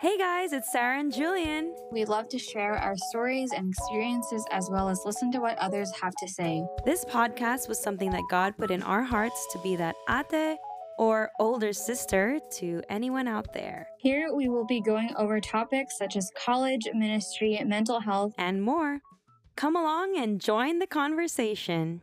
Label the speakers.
Speaker 1: Hey guys, it's Sarah and Julian.
Speaker 2: We love to share our stories and experiences as well as listen to what others have to say.
Speaker 1: This podcast was something that God put in our hearts to be that ate or older sister to anyone out there
Speaker 2: Here we will be going over topics such as college, ministry, mental health,
Speaker 1: and more. Come along and join the conversation.